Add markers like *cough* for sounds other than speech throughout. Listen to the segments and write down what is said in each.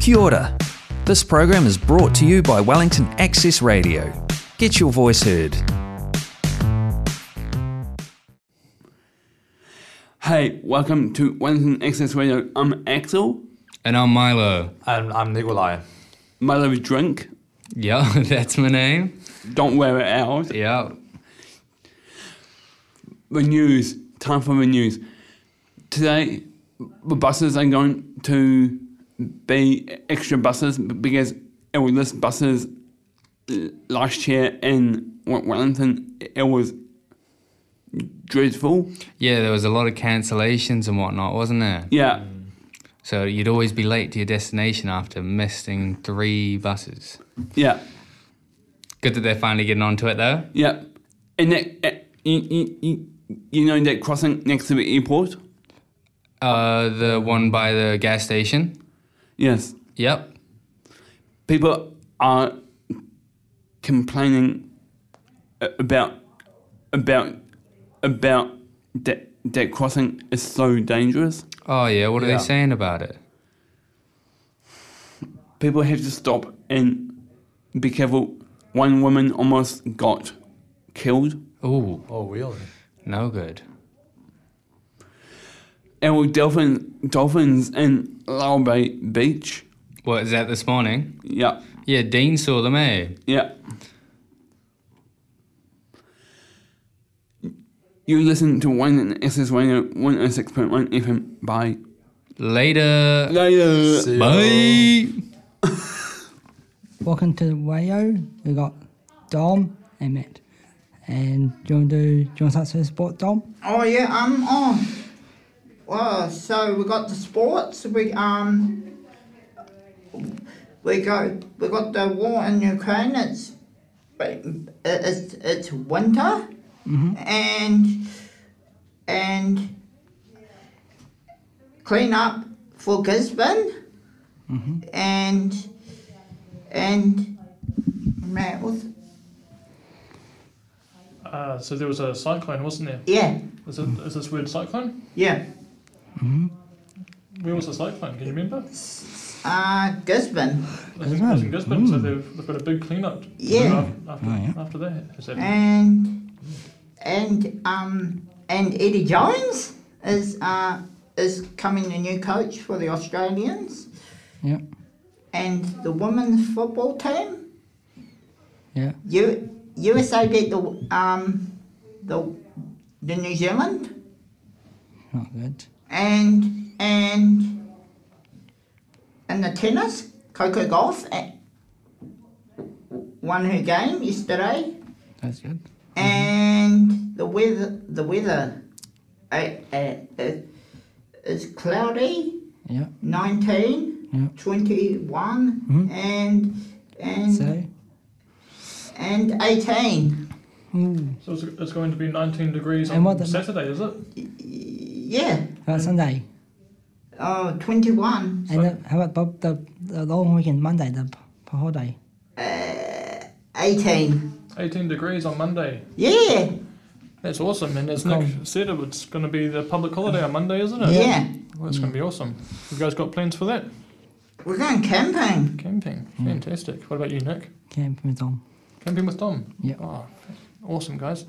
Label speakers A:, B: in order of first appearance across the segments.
A: Kia ora. This program is brought to you by Wellington Access Radio. Get your voice heard.
B: Hey, welcome to Wellington Access Radio. I'm Axel.
C: And I'm Milo.
D: I'm, I'm Nikolai.
B: My love is drink.
C: Yeah, *laughs* that's my name.
B: Don't wear it out.
C: Yeah.
B: The news. Time for the news. Today, the buses are going to be extra buses because it was less buses uh, last year in Wa- Wellington. It was dreadful.
C: Yeah, there was a lot of cancellations and whatnot, wasn't there?
B: Yeah.
C: So you'd always be late to your destination after missing three buses.
B: Yeah.
C: Good that they're finally getting onto it though.
B: Yeah. And that, uh, you, you, you- you know that crossing next to the airport?
C: Uh, the one by the gas station.
B: Yes.
C: Yep.
B: people are complaining a- about about about that that crossing is so dangerous.
C: Oh yeah, what are
D: Yeah.
C: they saying about it?
B: People have to stop and be careful. One woman almost got killed.
C: Ooh,
D: Oh, really?
C: no good.
B: There were dolphin, dolphins in Lao Bay Beach.
C: What is that this morning?
B: Yeah,
C: Yeah, Dean saw them, eh?
B: yeah. You listen to one oh and SS Radio 106.1 FM by
C: Later.
B: Later.
D: See
C: Bye.
E: Welcome to Wayo. We got Dom and Matt. And do you want to do, do you want to start with sport, Dom?
F: Oh yeah, I'm on. Well, so we got the sports. We um, we go. We got the war in Ukraine. It's it's it's winter, and and clean up for Gisborne, and and man, what's,
G: Uh, so there was a cyclone, wasn't there?
F: yeah,
G: Is, it, is this word cyclone?
F: yeah.
E: Mm-hmm.
G: Where was the cyclone? Can you remember? It
F: Uh, Gisborne.
G: was in- it was in Gisborne,
E: Hmm.
G: so they've, they've got a big cleanup. to do
F: Yeah.
G: af-
E: Oh,
G: After, after that, has happened.
F: and and um and Eddie Jones is uh is coming the new coach for the Australians
E: Yep.
F: and the women's football team.
E: Yeah.
F: U- USA beat the um the the New Zealand
E: Not good.
F: and and and the tennis Coco Golf eh, won her game yesterday.
E: That's good.
F: and the weather the weather eh, it, it, it, it's cloudy
E: Yeah.
F: 19
E: Yeah. Mm-hmm.
F: 21 and and
E: So,
F: and 18
G: So it's, it's going to be 19 degrees
E: And
G: on
E: what the-
G: Saturday, is it?
F: yeah
E: about Sunday.
F: oh 21
E: And then how about the, the, the long weekend, Monday, the p- holiday?
F: 18
G: 18 degrees on Monday.
F: yeah
G: That's awesome. And as Nick said, it- it's going to be the public holiday on Monday, isn't it?
F: yeah
G: Well, that's going to be awesome. You guys got plans for that?
F: we're going camping
G: Camping.
E: Hmm.
G: Fantastic. What about you, Nick?
E: Camp with Dom.
G: Camping with Tom?
E: Yeah.
G: Oh, awesome, guys.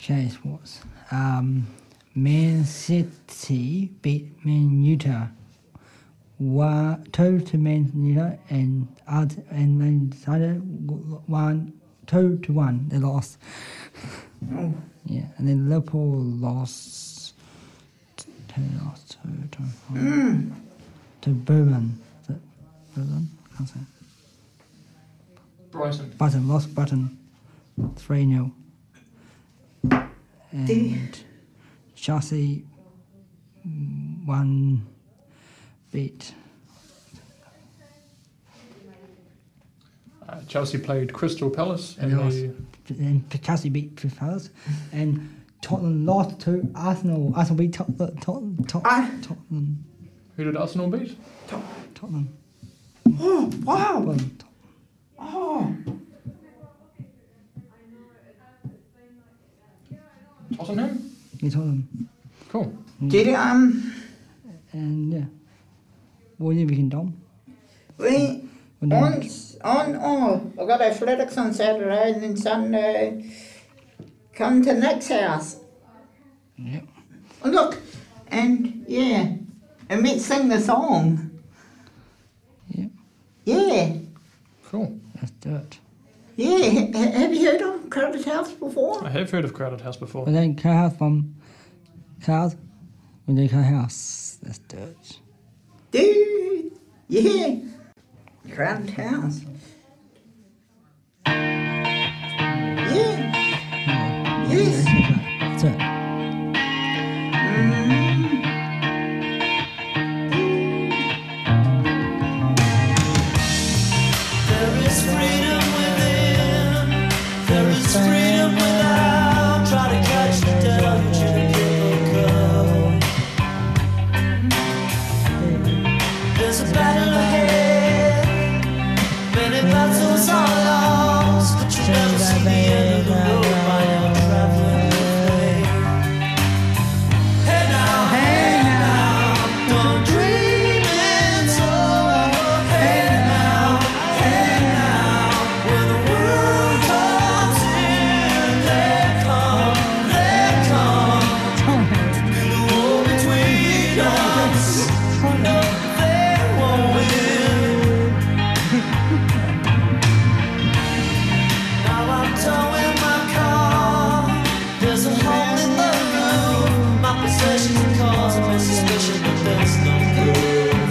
E: Okay, sports. Um, Man City beat Man Utah. Wa- two to Man Utah and oth- and they decided one two to one. They
G: *laughs*
E: lost. Yeah, and then Liverpool lost. They lost two to one
G: *clears throat*
E: to Berlin. Is it Berlin? Can't say.
G: Bryson.
E: Button lost button. Three 0 And Chelsea mm, one beat.
G: Uh, Chelsea played Crystal Palace
E: And
G: and,
E: they lost.
G: they
E: And Chelsea beat Palace. And Tottenham lost to Arsenal. Arsenal beat Tot- Tot- Tot- Tot-
F: Ah.
E: Tottenham.
G: Who did Arsenal beat?
E: Tottenham.
F: oh wow
E: Well, Tot-
F: oh
G: Tottenham?
E: yeah, Tottenham. Mm.
G: Cool.
F: did it um
E: And yeah. What do you reckon, Dom?
F: We
E: Well, no.
F: on s- on oh, I got athletics on Saturday and then Sunday. Come to next house.
E: Yep.
F: Oh, look, and yeah, and we sing the song.
E: Yep.
F: Yeah,
G: Cool.
E: Let's do it.
F: yeah. H- h- have you heard of Crowded House before?
G: I have heard of Crowded House before.
E: We don't car house from cars. We do car house. Let's do it.
F: Dude, yeah. Crowded House. Yeah. Yes.
E: Let's do it.
D: There's a battle ahead. Many battles are lost, but you never see the end of the road while you're traveling the way. Hey now, hey now, don't dream it's over. Hey now, hey now, when the world comes in, they come, they come. The war between us. Oh, No, they won't win. Now I'm towing my car. There's a hole in the roof. My possessions are causing me suspicion, but there's no proof.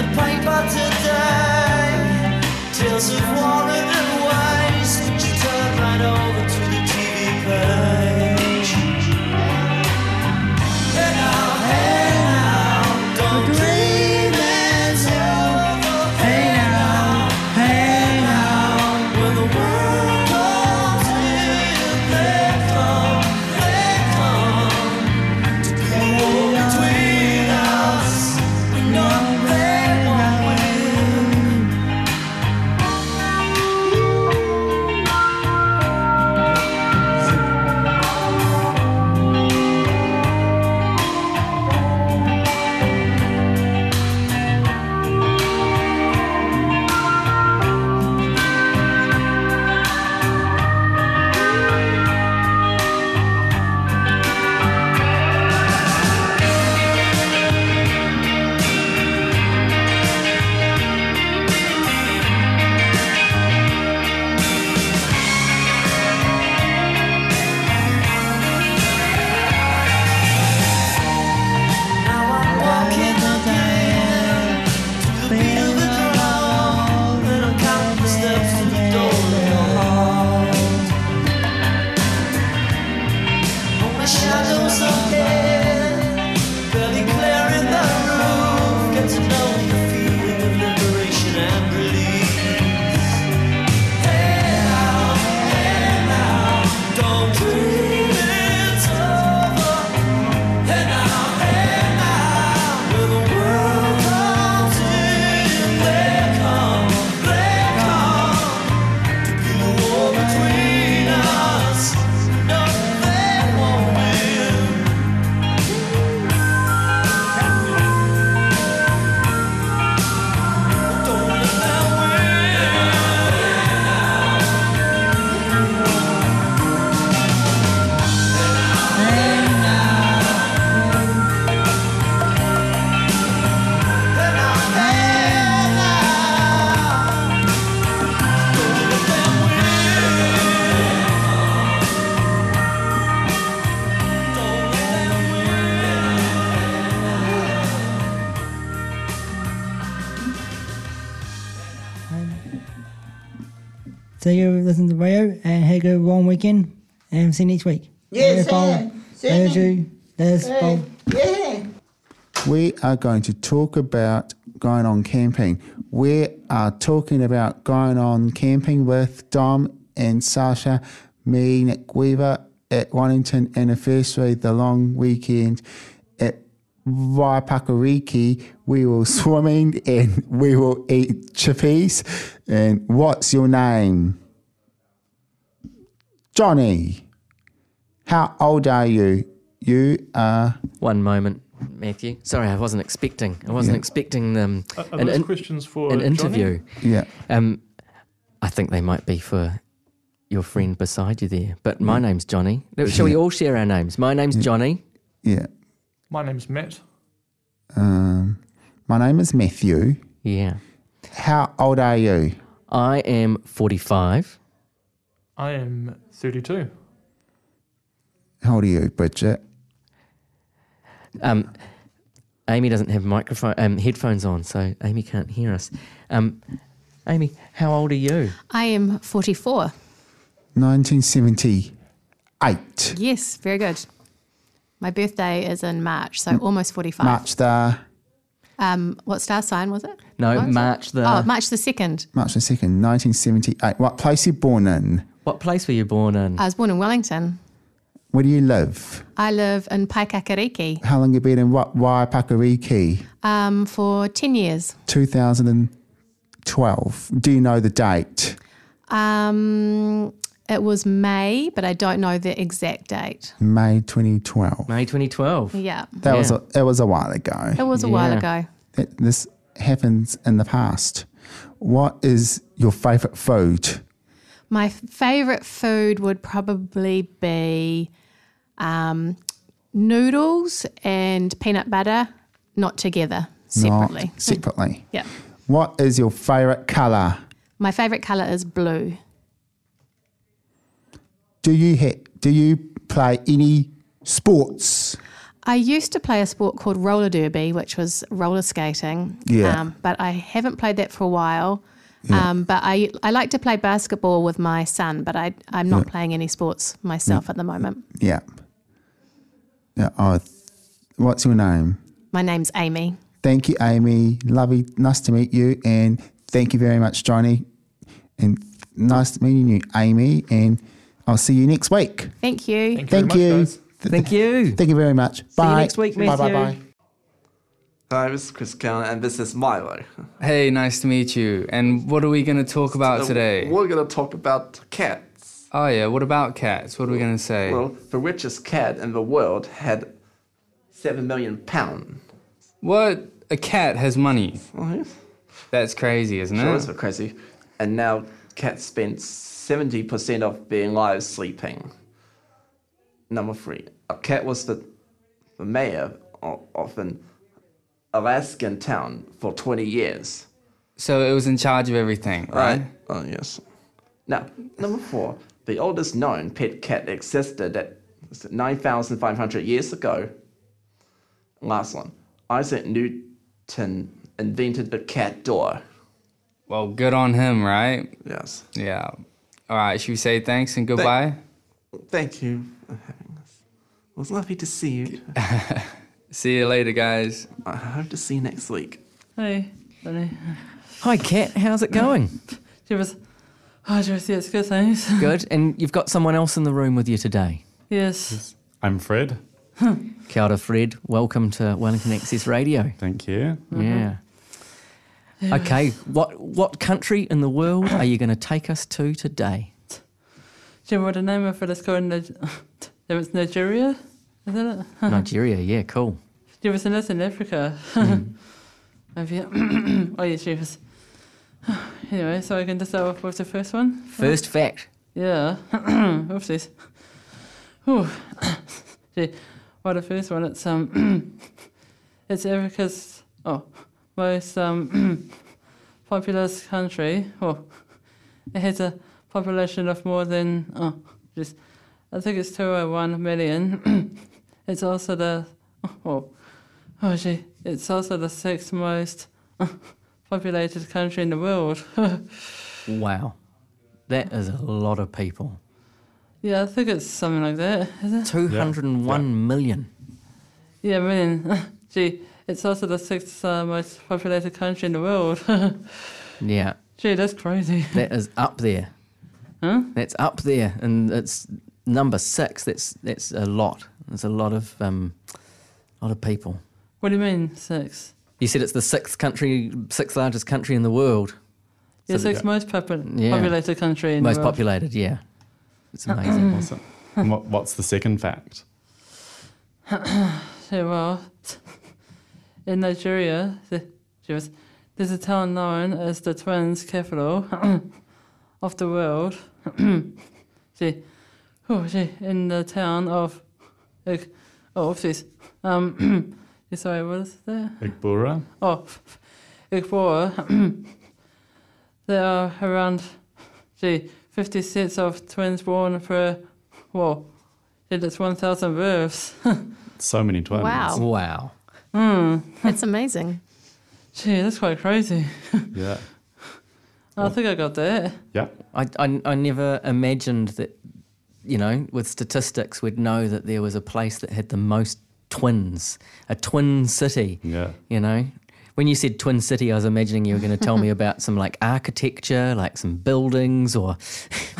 D: The paper today tells of war and waste, but you turn right over to the TV page. Hey now, hey now, don't dream it's over. Hey now, hey now, when the world comes in, they come, they come to be the war between us. We know they won't win. Now I'm walking again to the beat of the drum, and I'm counting the steps to the door of your heart. Oh, my shadows are there, barely clearing the roof. Get to know the feeling of liberation and relief. Hey now, hey now, don't dream it's over. Hey now, hey now, when the world comes in, they come, they come to be the war between us. No, they won't win. Don't let them win. Hey now, hey now, don't let them win. Don't let them win.
E: Um, So you listen to the radio and have a good long weekend and see you next week.
F: Yes,
E: Later, Paul.
F: sir. See you.
E: Later, Drew. Later,
F: Hey,
E: Paul.
F: yeah.
H: we are going to talk about going on camping. We are talking about going on camping with Dom and Sasha, me, Nick Weaver, at Wellington Anniversary, the long weekend at Waipakariki. We will *laughs* swimming and we will eat chippies. And what's your name? Johnny. How old are you? You are
I: One moment. Matthew. Sorry, I wasn't expecting. I wasn't
H: Yeah.
I: expecting um,
G: Are, are
I: an,
G: those
I: in-
G: questions for
I: an
G: Johnny?
I: interview.
H: Yeah.
I: Um, I think they might be for your friend beside you there. But my name's Johnny. Shall we all share our names? My name's
H: Yeah.
I: Johnny.
H: Yeah.
G: My name's Matt.
H: Um, my name is Matthew.
I: Yeah.
H: How old are you?
I: I am 45.
G: I am 32.
H: How old are you, Bridget?
I: Um, Amy doesn't have microphone um, headphones on, so Amy can't hear us. Um, Amy, how old are you?
J: I am 44.
H: 1978.
J: Yes, very good. My birthday is in March, so almost 45.
H: March the
J: Um, what star sign was it?
I: No,
J: What was it?
I: March the.
J: Oh, March the 2nd.
H: March the second, 1978. What place you born in?
I: what place were you born in?
J: I was born in Wellington.
H: Where do you live?
J: I live in Paikakariki
H: How long you been in what Waipakariki?
J: um, for 10 years.
H: 2012. Do you know the date?
J: Um, it was May, but I don't know the exact date.
H: May 2012.
I: May 2012.
J: Yeah.
H: That was
I: Yeah.
H: a, it was a while ago.
J: It was a while
I: Yeah.
J: ago.
H: That this happens in the past. What is your favorite food?
J: My f- favorite food would probably be um, noodles and peanut butter, not together, separately.
H: Not separately.
J: Yeah.
H: What is your favorite color?
J: My favorite color is blue.
H: Do you ha- do you play any sports?
J: I used to play a sport called roller derby, which was roller skating.
H: Yeah.
J: Um, but I haven't played that for a while. Um, but I, I like to play basketball with my son, but I, I'm not playing any sports myself at the moment.
H: Yeah. Yeah. Oh, th- what's your name?
J: My name's Amy.
H: Thank you, Amy. Lovely. Nice to meet you. And thank you very much, Johnny. And nice meeting you, Amy. And I'll see you next week.
J: Thank you.
G: Thank you.
H: Thank
G: very
H: you.
G: Much, guys.
H: Th-
I: Thank you.
H: Thank you very much. Bye.
I: next week,
H: Bye, bye,
I: Matthew.
H: bye.
D: Hi, this is Chris Cannon, and this is my way.
C: Hey, nice to meet you. And what are we going to talk about today?
D: We're gonna talk about cats.
C: Oh, yeah, what about cats? What are we going to say?
D: Well, the richest cat in the world had seven million pounds.
C: What? A cat has money.
D: Oh,
C: That's crazy, isn't
D: Sure, it's
C: it?
D: a bit crazy. And now cats spend 70% of their lives sleeping. Number three, a cat was the, the mayor of, of an Alaskan town for 20 years.
C: So it was in charge of everything, right?
D: Oh, yes. Now, number four, the oldest known pet cat existed at 9,500 years ago. Last one, Isaac Newton invented the cat door.
C: Well, good on him, right?
D: Yes. Hmm.
C: Yeah. All right, should we say thanks and goodbye?
D: Thank you for having us. It was lovely to see you.
C: *laughs* See you later, guys.
D: I hope to see you next week.
K: Hey, Danny.
I: Hi, Kat. How's
K: *laughs*
I: it going?
K: Cheers. Hi, Jersey. "Oh, It's good, thanks. *laughs*
I: Good. And you've got someone else in the room with you today.
K: Yes.
L: I'm Fred.
I: *laughs* Kia ora, Fred. Welcome to Wellington Access Radio.
L: Thank you.
I: Yeah. Okay. What what country in the world are you going to take us to today?
K: Do you remember the name of it? Let's go in *laughs* Nige- There was Nigeria. Is that it?
I: Nigeria. Yeah. Cool.
K: There was another in Africa.
I: Hmm.
K: *laughs* Have you? *clears throat* oh, yeah, Jeeves. *sighs* Anyway, so I can just start off with the first one.
I: First fact.
K: Yeah. *coughs* Oopsies. Whew. *coughs* Gee, well, the first one, it's, um, *coughs* it's Africa's, oh, most, um, *coughs* populous country. Oh, it has a population of more than, oh, just, I think it's 201 million. *coughs* it's also the, oh, oh, gee, it's also the sixth most *coughs* populated country in the world. *laughs*
I: Wow. That is a lot of people.
K: yeah, I think it's something like that, is it?
I: Two hundred and one million.
K: Yeah, million. *laughs* Gee, it's also the sixth uh, most populated country in the world. *laughs*
I: Yeah.
K: Gee, that's crazy. *laughs*
I: That is up there.
K: Huh?
I: That's up there, and it's number six. That's that's a lot. That's a lot of um, lot of people.
K: What do you mean six?
I: You said it's the sixth country, sixth largest country in the world,
K: Yeah, sixth most popu-
I: Yeah.
K: populated country in
I: most
K: the world.
I: populated. Yeah,
K: *clears throat*
I: it's
K: Mm.
I: amazing.
L: Awesome.
K: *coughs*
L: And what, what's the second fact?
K: yeah, well, In Nigeria, the, Jesus, there's a town known as the Twins Capital *coughs* of the world. *coughs* see, oh, see, in the town of, Ik- oh, oopsies. Um, *coughs* sorry, what is there?
L: Igbura.
K: Oh, *coughs* Igbora. *coughs* there are around gee, 50 sets of twins born per, well, gee, that's 1,000 *laughs* births.
L: So many twins.
J: Wow.
L: Wow.
K: Hmm.
J: That's amazing.
K: Gee, that's quite crazy. *laughs*
L: Yeah.
K: I think I got that.
L: Yeah.
I: I, I, I never imagined that, you know, with statistics, we'd know that there was a place that had the most twins, a twin city.
L: Yeah.
I: You know, when you said twin city, I was imagining you were going to tell me about some like architecture, like some buildings or.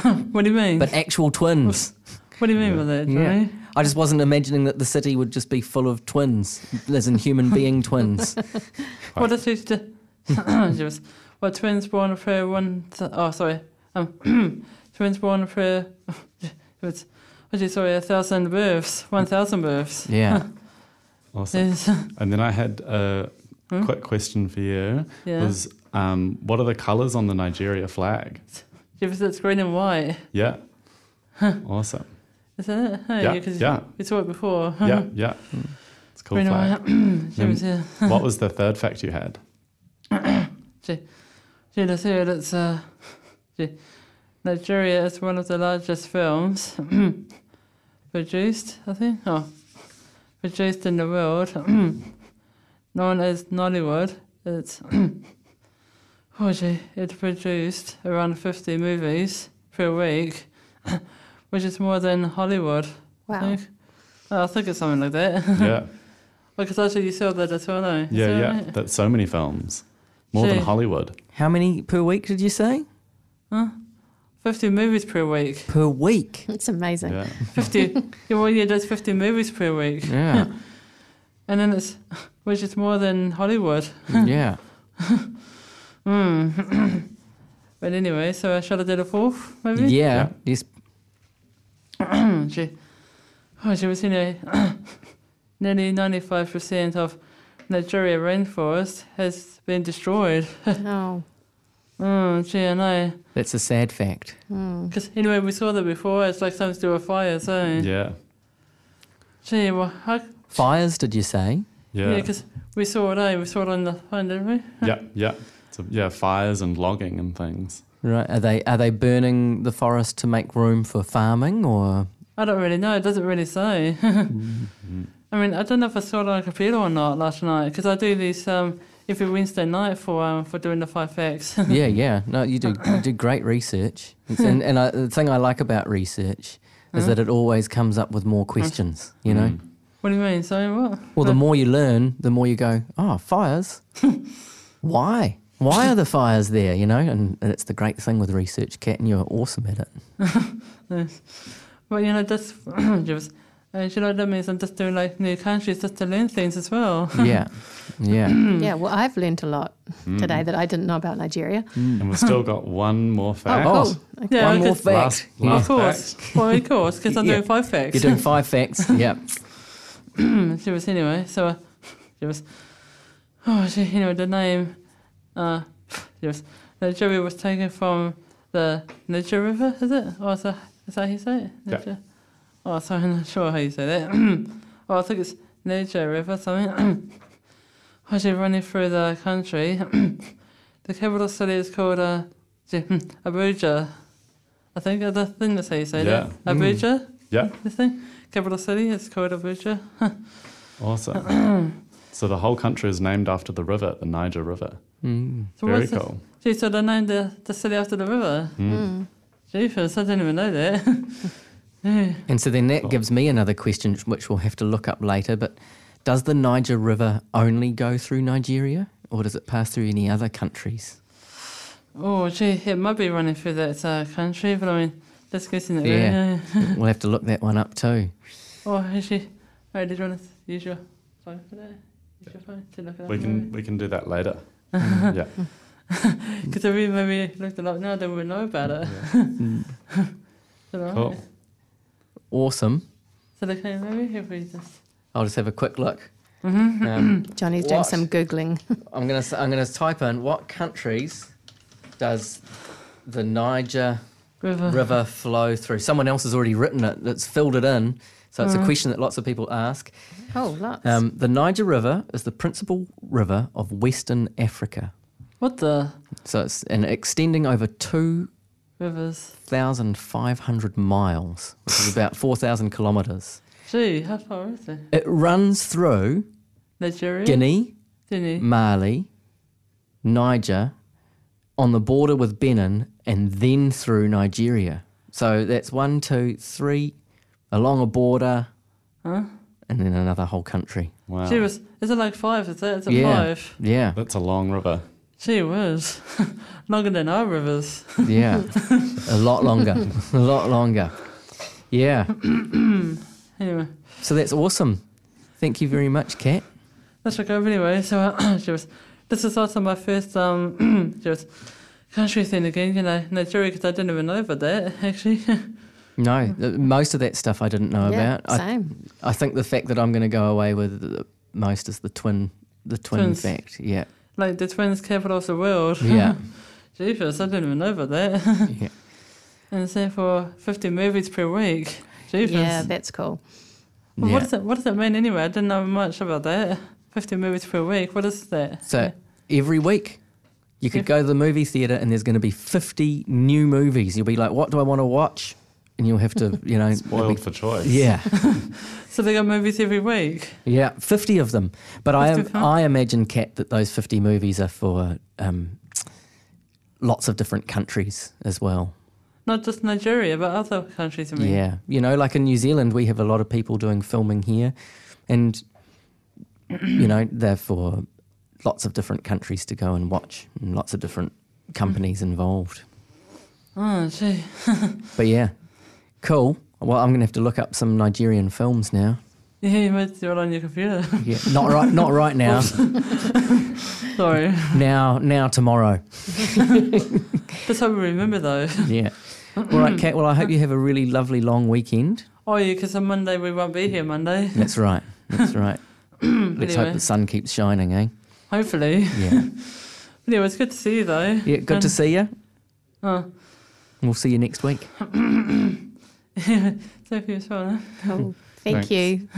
K: *laughs* what do you mean?
I: But actual twins.
K: What do you mean by that, Johnny?
I: I just wasn't imagining that the city would just be full of twins, as in
K: *laughs*
I: human being twins.
K: What is it? *coughs* Jesus. Well, twins born for one. Th- oh, sorry. Um, *clears throat* twins born *laughs* for. It's, what is oh, sorry? A thousand births. One thousand births.
I: *laughs*
L: Yeah.
K: *laughs*
L: Awesome.
K: Yes.
L: And then I had a
K: Hmm?
L: quick question for you.
K: Yeah.
L: Was um, what are the colours on the Nigeria flag?
K: Jesus, it's green and white.
L: Yeah. awesome.
K: Isn't it? Hey,
L: Yeah,
K: 'cause
L: yeah.
K: We saw it before. *laughs*
L: Yeah, yeah. It's a cool
K: Green and
L: flag.
K: white. James,
L: Then
K: yeah.
L: what was the third fact you had?
K: Gee, gee, let's hear it. It's, uh, gee, Nigeria is one of the largest films *clears throat* produced, I think, oh, produced in the world, *clears throat* known as Nollywood. It's, *clears throat* oh gee, it produced around 50 movies per week, *clears throat* which is more than Hollywood.
J: Wow.
K: I think, I think it's something like that. *laughs*
L: Yeah.
K: Because actually, you saw that as well, no? Is
L: Yeah,
K: that
L: yeah.
K: right?
L: That's so many films. More than
K: Gee.
L: Hollywood.
I: How many per week did you say?
K: Huh? 50 movies per week.
I: Per week?
J: It's amazing.
K: *laughs*
I: *laughs*
K: 50. yeah, well, yeah, that's 50 movies per week.
I: Yeah.
K: *laughs* and then it's, which is more than Hollywood. *laughs*
I: yeah. *laughs*
K: Mm. *clears throat* but anyway, so I shall I do the fourth, maybe? Hmm,
I: Yeah. Yes.
K: Gee. Oh, she was in a *coughs* nearly 95% of Nigeria rainforest has been destroyed. *laughs*
J: oh.
K: Mm, gee, I know.
I: That's a sad fact. Hmm.
K: Because anyway, we saw that before. It's like something to do with fire, so.
L: Yeah.
K: Gee, well, how,
I: Fires, did you say?
K: yeah, because we saw it, eh? We saw it on the phone, didn't we?
L: yeah, yeah. So, yeah, fires and logging and things.
I: Right. Are they are they burning the forest to make room for farming or
K: I don't really know. It doesn't really say. *laughs*
I: Mm-hmm.
K: I mean, I don't know if I saw it on a computer or not last night because I do these um, every Wednesday night for um, for doing the five facts. *laughs*
I: yeah, yeah. No, you do you do great research. It's- And, and I, the thing I like about research is
K: Huh?
I: that it always comes up with more questions. You know.
K: What do you mean? Sorry, what?
I: Well, the more you learn, the more you go, oh, fires. Why? Why are the fires there? You know, and, and it's the great thing with research, Kat, and you're awesome at it.
K: Yes. But you know, that's *coughs* just. And you know what that means? I'm just doing like new countries just to learn things as well. *laughs*
I: Yeah.
J: *clears throat*
I: Yeah.
J: yeah, well, I've learnt a lot today that I didn't know about Nigeria.
L: And we've still got one more fact.
J: cool. Okay.
K: Oh, Yeah,
J: Mm. One more
K: because-
J: fact.
L: Last-
I: Yeah.
L: last
K: Of course. well, of course, because I'm
I: Yeah.
K: doing five facts.
I: You're doing
K: *laughs*
I: five facts. yep.
K: *clears throat* she was anyway. So uh, she was. Oh, she, you know the name. Uh, she was. Nigeria was taken from the Niger River. Is it? Or is that, is that how you say it?
L: Yeah.
K: Niger- Oh, sorry, I'm not sure how you say that. *clears throat* oh, I think it's Niger River *clears throat* something. oh, she running through the country. *clears throat* the capital city is called uh, she- Abuja. I think I think that's how you say that.
L: Yeah. Mm.
K: Abuja.
L: Yeah.
K: The thing, capital city is called Abuja. *laughs*
L: Awesome. so the whole country is named after the river, the Niger River.
I: Mm.
K: So
L: Very
K: what's the-
L: cool.
K: Gee, so they named the, the city after the river.
I: Mm.
K: Jeepers, I didn't even know that. *laughs* Yeah.
I: And so then that gives me another question, which we'll have to look up later. But does the Niger River only go through Nigeria, or does it pass through any other countries?
K: oh, gee, it might be running through that uh, country, but I mean, that's guessing that.
I: Yeah,
K: *laughs* way.
I: we'll have to look that one up too.
K: oh, actually, oh, did you want to use your phone for that? Use your phone to look it up.
L: We can we can do
K: *laughs*
L: that later. yeah.
K: Because if we maybe looked it up now, then we'd know about *laughs* it. So, right.
I: Cool. Awesome.
K: So, er okay, maybe if we just.
I: I'll just have a quick look. Um,
J: *clears throat* Johnny's doing
I: what-
J: some googling.
I: I'm gonna s- I'm gonna type in what countries does the Niger
K: River.
I: flow through? Someone else has already written it. That's filled it in. So it's a
K: Mm.
I: question that lots of people ask.
J: Oh, lots.
I: Um, the Niger River is the principal river of Western Africa.
K: What the
I: So it's and extending over two
K: rivers?
I: thousand five hundred miles, which is about four thousand kilometers.
K: Gee, how far is it?
I: It runs through
K: Nigeria.
I: Guinea,
K: Guinea.
I: Mali, Niger, on the border with Benin, and then through Nigeria. So that's one, two, three, along a border,
K: Huh?
I: and then another whole country.
L: Wow.
K: Gee whiz, is it like five? Is it? It's a
I: yeah.
K: five.
I: Yeah.
L: That's a long river.
K: Gee *laughs* whiz, longer than our rivers.
L: *laughs*
I: Yeah. a lot longer. a lot longer. Yeah.
K: anyway,
I: So that's awesome. Thank you very much, Kat.
K: let's look over anyway. So uh, *clears throat* she was. This is also my first um. *clears throat* she was. Country thing again, you know, Nigeria, because I didn't even know about that *laughs* actually.
I: No, th- most of that stuff I didn't know
K: Mm. Yeah,
I: about.
K: same.
I: I, I think the fact that I'm going to go away with the most is the twin, the twin
K: Twins.
I: fact. Yeah.
K: like the twins capital of the world. *laughs*
I: Yeah.
K: Jeepers, I didn't even know about that. *laughs*
I: Yeah.
K: And same for 50 movies per week. Jeepers.
J: Yeah, that's cool.
K: Well,
I: Yeah.
K: What, does that, what does that mean anyway? I didn't know much about that. 50 movies per week, what is that?
I: So every week you could go to the movie theater and there's going to be 50 new movies. You'll be like, what do I want to watch? And you'll
K: *laughs*
I: have to, you know,
L: Spoiled for choice.
I: Yeah.
K: So they got movies every week?
I: Yeah, fifty of them. But I
K: 50 of
I: am,
K: them?
I: I imagine, Kat, that those fifty movies are for um, lots of different countries as well.
K: Not just Nigeria, but other countries, I mean.
I: Yeah, you know, like in New Zealand, we have a lot of people doing filming here, and you know, they're for lots of different countries to go and watch, and lots of different companies involved.
K: Oh, gee. *laughs*
I: But yeah, cool. Well, I'm gonna have to look up some Nigerian films now.
K: yeah, you might do it on your computer.
I: *laughs* Yeah, not right, not right now.
K: *laughs* Sorry.
I: Now, now, tomorrow.
K: That's how we remember, though.
I: Yeah. All right, Kat. Well, I hope you have a really lovely long weekend.
K: Oh, yeah, because on Monday we won't be here Monday.
I: That's right. That's *clears throat* right. Let's hope
K: Anyway.
I: the sun keeps shining, eh?
K: Hopefully. *laughs*
I: Yeah.
K: Anyway, it's good to see you, though.
I: Yeah. Good to
K: And-
I: see you.
K: *laughs* Oh. *laughs*
I: We'll see you next week.
K: Sophie as well.
J: Oh,
C: thank
K: *laughs*
C: Thanks.
J: you.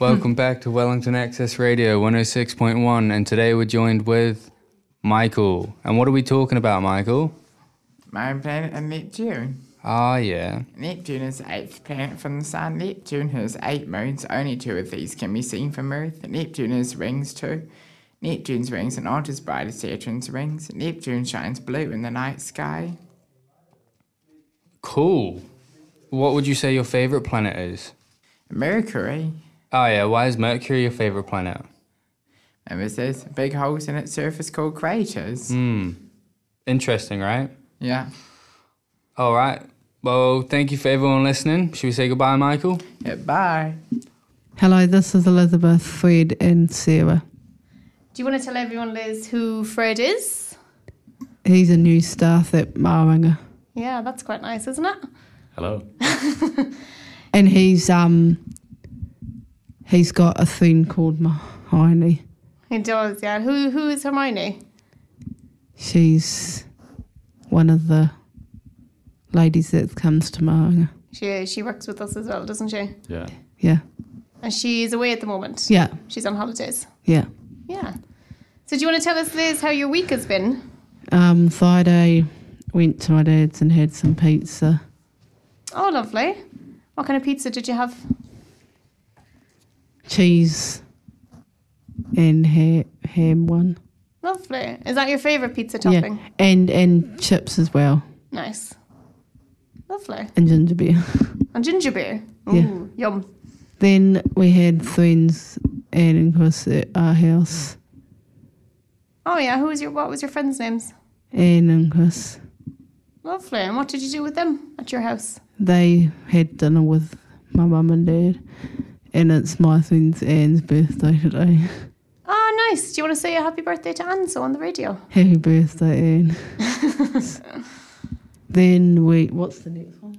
K: *clears throat*
C: Welcome back to Wellington Access Radio 106.1, and today we're joined with Michael. And what are we talking about, Michael?
M: My planet and Neptune.
C: Ah, yeah.
M: Neptune is the eighth planet from the sun. Neptune has eight moons. Only two of these can be seen from Earth. Neptune has rings too. Neptune's rings are not as bright as Saturn's rings. Neptune shines blue in the night sky.
C: Cool. What would you say your favorite planet is?
M: Mercury.
C: Oh, yeah. Why is Mercury your favorite planet?
M: And it says Um, big holes in its surface called craters.
C: Hmm. Interesting, right?
M: Yeah.
C: All right. Well, thank you for everyone listening. Should we say goodbye, Michael?
M: Yeah, bye.
N: Hello, this is Elizabeth, Fred, and Sarah.
J: Do you want to tell everyone, Liz, who Fred is?
N: He's a new staff at Maranga,
J: Yeah, that's quite nice, isn't it?
L: Hello.
N: and he's um he's got a thing called Mahoney.
J: He does, yeah. Who Who is Hermione?
N: She's one of the ladies that comes to Maranga.
J: She she works with us as well, doesn't she?
L: Yeah.
N: Yeah,
J: And she's away at the moment.
N: Yeah.
J: She's on holidays.
N: yeah.
J: Yeah. So do you want to tell us, Liz, how your week has been?
N: Um, Friday went to my dad's and had some pizza.
J: Oh, lovely. What kind of pizza did you have?
N: cheese and ha- ham one.
J: Lovely. Is that your favourite pizza topping?
N: Yeah, and and chips as well,
J: Nice. Lovely.
N: and ginger beer. *laughs*
J: And ginger beer. Ooh,
N: Yeah.
J: yum.
N: then we had friends and and Chris at our house,
J: Oh yeah, who was your what was your friends' names?
N: and and Chris
J: Lovely. And what did you do with them at your house?
N: they had dinner with my mum and dad, and it's my friend's Anne's birthday today. *laughs*
O: Ah,
J: Oh nice. Do you want to say a happy birthday to Anso on the radio?
N: Happy birthday, Anne. then we what's the next one?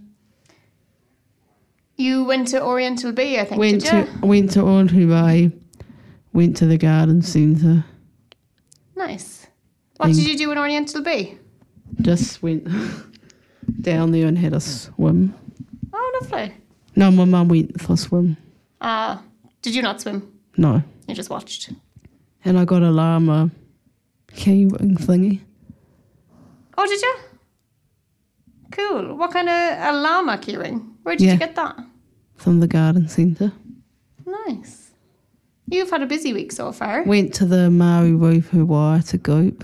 O: You went to Oriental Bay, I think.
N: went
O: did
N: to
O: you?
N: went to Ortu Bay, went to the garden centre.
O: Nice. What
N: And-
O: did you do in Oriental Bay?
N: Just went *laughs* down there and had a swim.
O: Oh, lovely.
N: No, my mum went for a swim.
O: Uh, did you not swim?
N: No,
O: You just watched.
N: and I got a llama kiwing thingy.
O: Oh, did you? Cool. What kind of a llama keyring? Where did
N: Yeah.
O: you get that?
N: from the garden centre.
O: Nice. You've had a busy week so far.
N: Went to the Maori Waipu Wai to goop.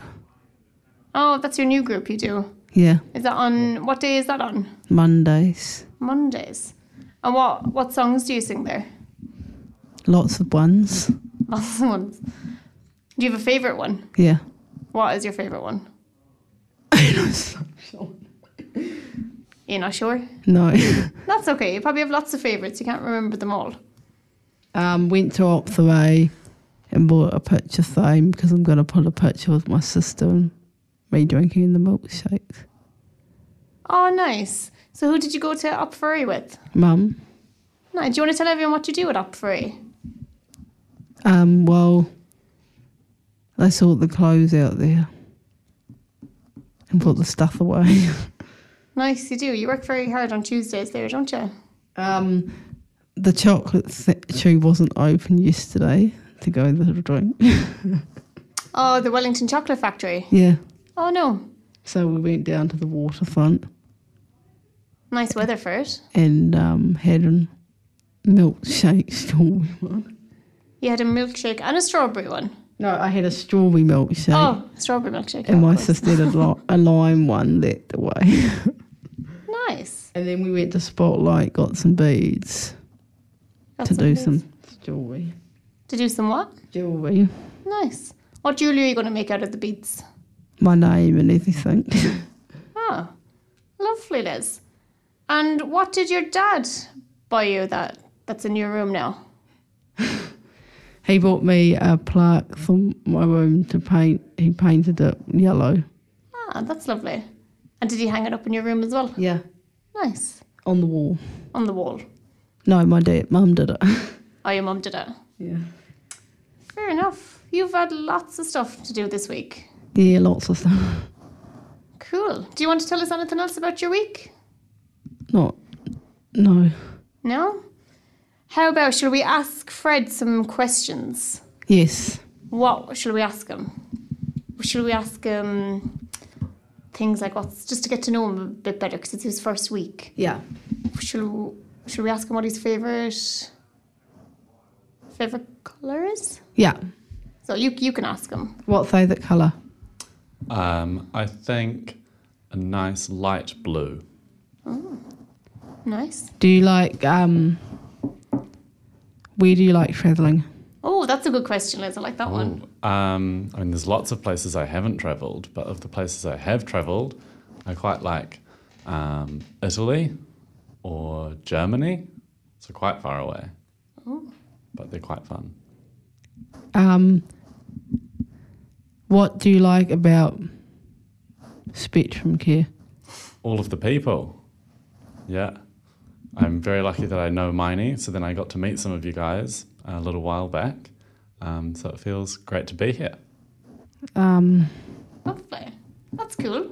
O: Oh, that's your new group you do.
N: Yeah,
O: Is that on what day is that on?
N: Mondays.
O: Mondays. And what what songs do you sing there? *laughs*
N: Lots of ones.
O: Lots of ones. Do you have a favorite one?
N: Yeah.
O: What is your favorite
N: *laughs*
O: one? You're not sure?
N: No. *laughs*
O: That's okay. You probably have lots of favorites. You can't remember them all.
N: um, went to Optheray and bought a picture frame because I'm going to put a picture with my sister and me drinking the milkshake.
O: Oh, nice. So who did you go to Up Furry with?
N: Mum.
O: Nice. Do you want to tell everyone what you do at Up Furry?
N: Um, well, they sort the clothes out there and put the stuff away. *laughs*
O: Nice, you do. You work very hard on Tuesdays there, don't you?
N: Um, the chocolate th- tube wasn't open yesterday to go with the drink. *laughs*
O: Oh, the Wellington Chocolate Factory.
N: yeah.
O: Oh no,
N: So we went down to the waterfront
O: nice weather for it.
N: and um, had a milkshake *laughs* strawberry one.
O: You had a milkshake and a strawberry one.
N: No, I had a strawberry milkshake.
O: Oh, strawberry milkshake.
N: and
O: of
N: my
O: course.
N: sister had a, li- a lime one that the way.
O: *laughs*
N: *laughs*
O: Nice.
N: and then we went to Spotlight, got some beads
O: Got
N: to
O: some
N: do
O: beads.
N: some jewelry.
O: To do some what?
N: Jewelry.
O: Nice. What jewelry are you going to make out of the beads?
N: My name and everything. *laughs*
O: Oh, lovely, Liz. And what did your dad buy you that that's in your room now?
N: He bought me a plaque for my room to paint. He painted it yellow
O: Ah, that's lovely. And did you hang it up in your room as well?
N: Yeah.
O: Nice.
N: on the wall.
O: On the wall.
N: No, my dad, mum did it.
O: Oh, your mum did it.
N: Yeah.
O: Fair enough. You've had lots of stuff to do this week.
N: *laughs* yeah, lots of stuff.
O: Cool. Do you want to tell us anything else about your week?
N: Not, no.
O: No? How about shall we ask Fred some questions?
N: Yes.
O: What shall we ask him? Shall we ask him things like what's just to get to know him a bit better because it's his first week?
N: Yeah.
O: Shall Shall we ask him what his favorite favorite color is?
N: Yeah.
O: So you you can ask him.
N: What favourite colour?
L: Um, I think a nice light blue.
N: Oh.
O: Nice.
N: Do you like, um, where do you like travelling?
O: Oh, that's a good question, Liz. I like that one.
L: Um, I mean, there's lots of places I haven't travelled, but of the places I have travelled, I quite like um, Italy or Germany. So quite far away,
O: Oh.
L: but they're quite fun.
N: Um, what do you like about Spectrum Care?
L: All of the people. Yeah. I'm very lucky that I know Miney, so then I got to meet some of you guys a little while back. Um, so it feels great to be here.
N: Um,
O: Lovely. That's cool.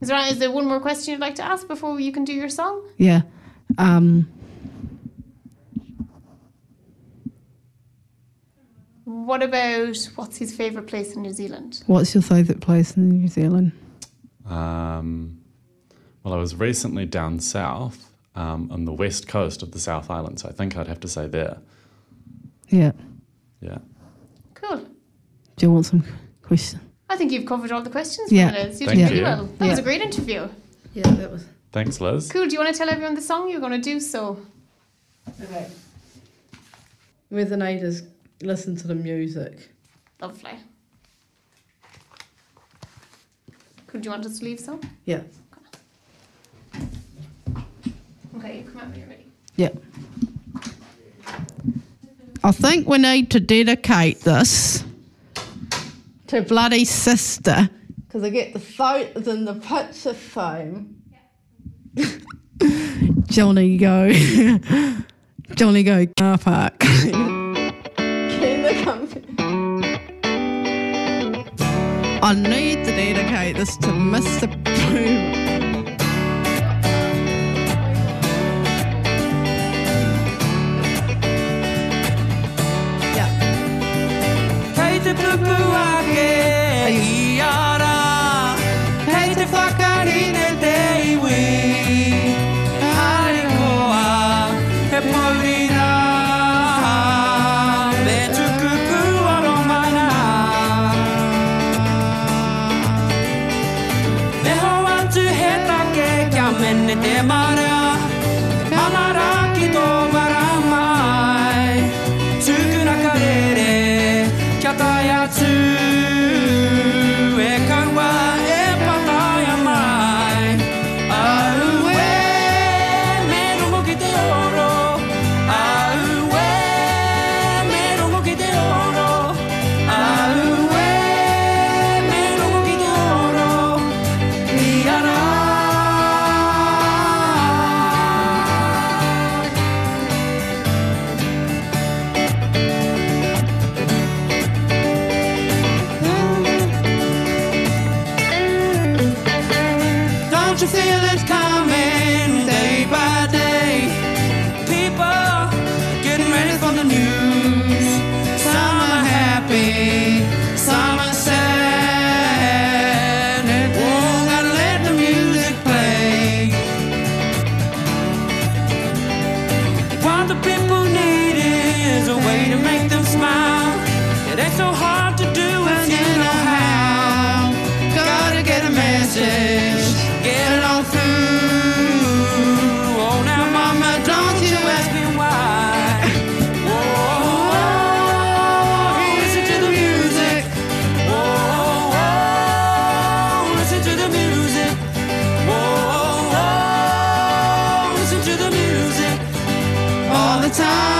O: Is there, is there one more question you'd like to ask before you can do your song?
N: yeah. Um,
O: What about what's his favourite place in New Zealand?
N: what's your favourite place in New Zealand?
L: Um, well, I was recently down south um, on the west coast of the South Island, so I think I'd have to say there.
N: Yeah.
L: Yeah.
O: Cool.
N: Do you want some questions?
O: I think you've covered all the questions.
N: Yeah.
O: Liz. You
L: Thank
O: did pretty
L: you.
O: well. That was
N: Yeah.
O: a great interview.
N: Yeah, that was.
L: Thanks, Liz.
O: Cool. Do you want to tell everyone the song you're going to do? So
N: Okay. Resonators, listen to the music.
O: lovely. Could you want us to leave some?
N: Yeah.
O: Okay, you come out when you're ready.
N: Yeah. I think we need to dedicate this to bloody sister. Because I get the photos and the picture frame. Johnny go, *laughs* Johnny go car park. *laughs* I need to dedicate this to Mr. Boom.
P: Hey te pupuake iara Hey te whakarine te iwi Arekoa he polina Me tukuku aromana Me hoantu he take kia mene te mara Amara ki tō maramai Tukunakarere kia tai atu E kaua e patai a mai Au e me rongo ki te oro Au e me rongo ki te oro Au e me rongo ki te oro I ara Don't you feel it coming day by day? People getting ready for the news. Some are happy, some are sad. And oh, gotta let the music play. What the people need is a way to make them smile. It ain't so hard to do if you know how. Gotta get a message, get it on through. Oh, now, mama, don't you ask me why. Oh, oh, oh, listen to the music. Oh, oh, oh, listen to the music. Oh, oh, oh, listen to the music all the time.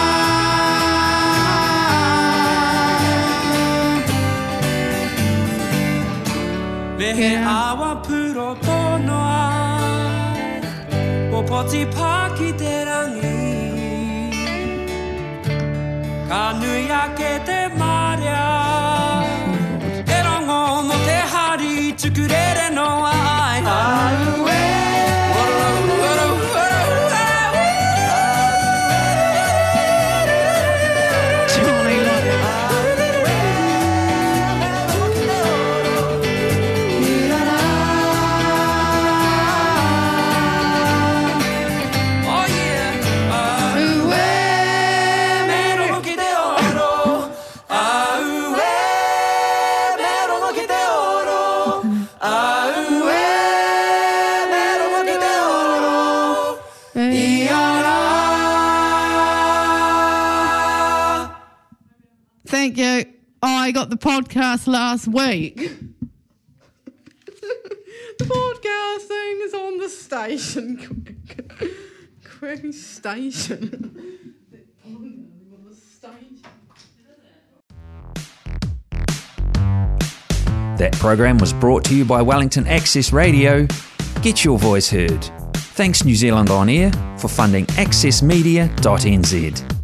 P: Mehe awa puro ponoa, o poti paki te rangi. Ka nui ake te marea, e rongo mo te hari, tukurere no ai. Aue, oro, oro, oro, aue.
N: Thank you. Oh, I got the podcast last week. the podcast thing is on the station. *laughs* Query station.
A: That program was brought to you by Wellington Access Radio. Get your voice heard. Thanks, New Zealand On Air, for funding accessmedia.nz.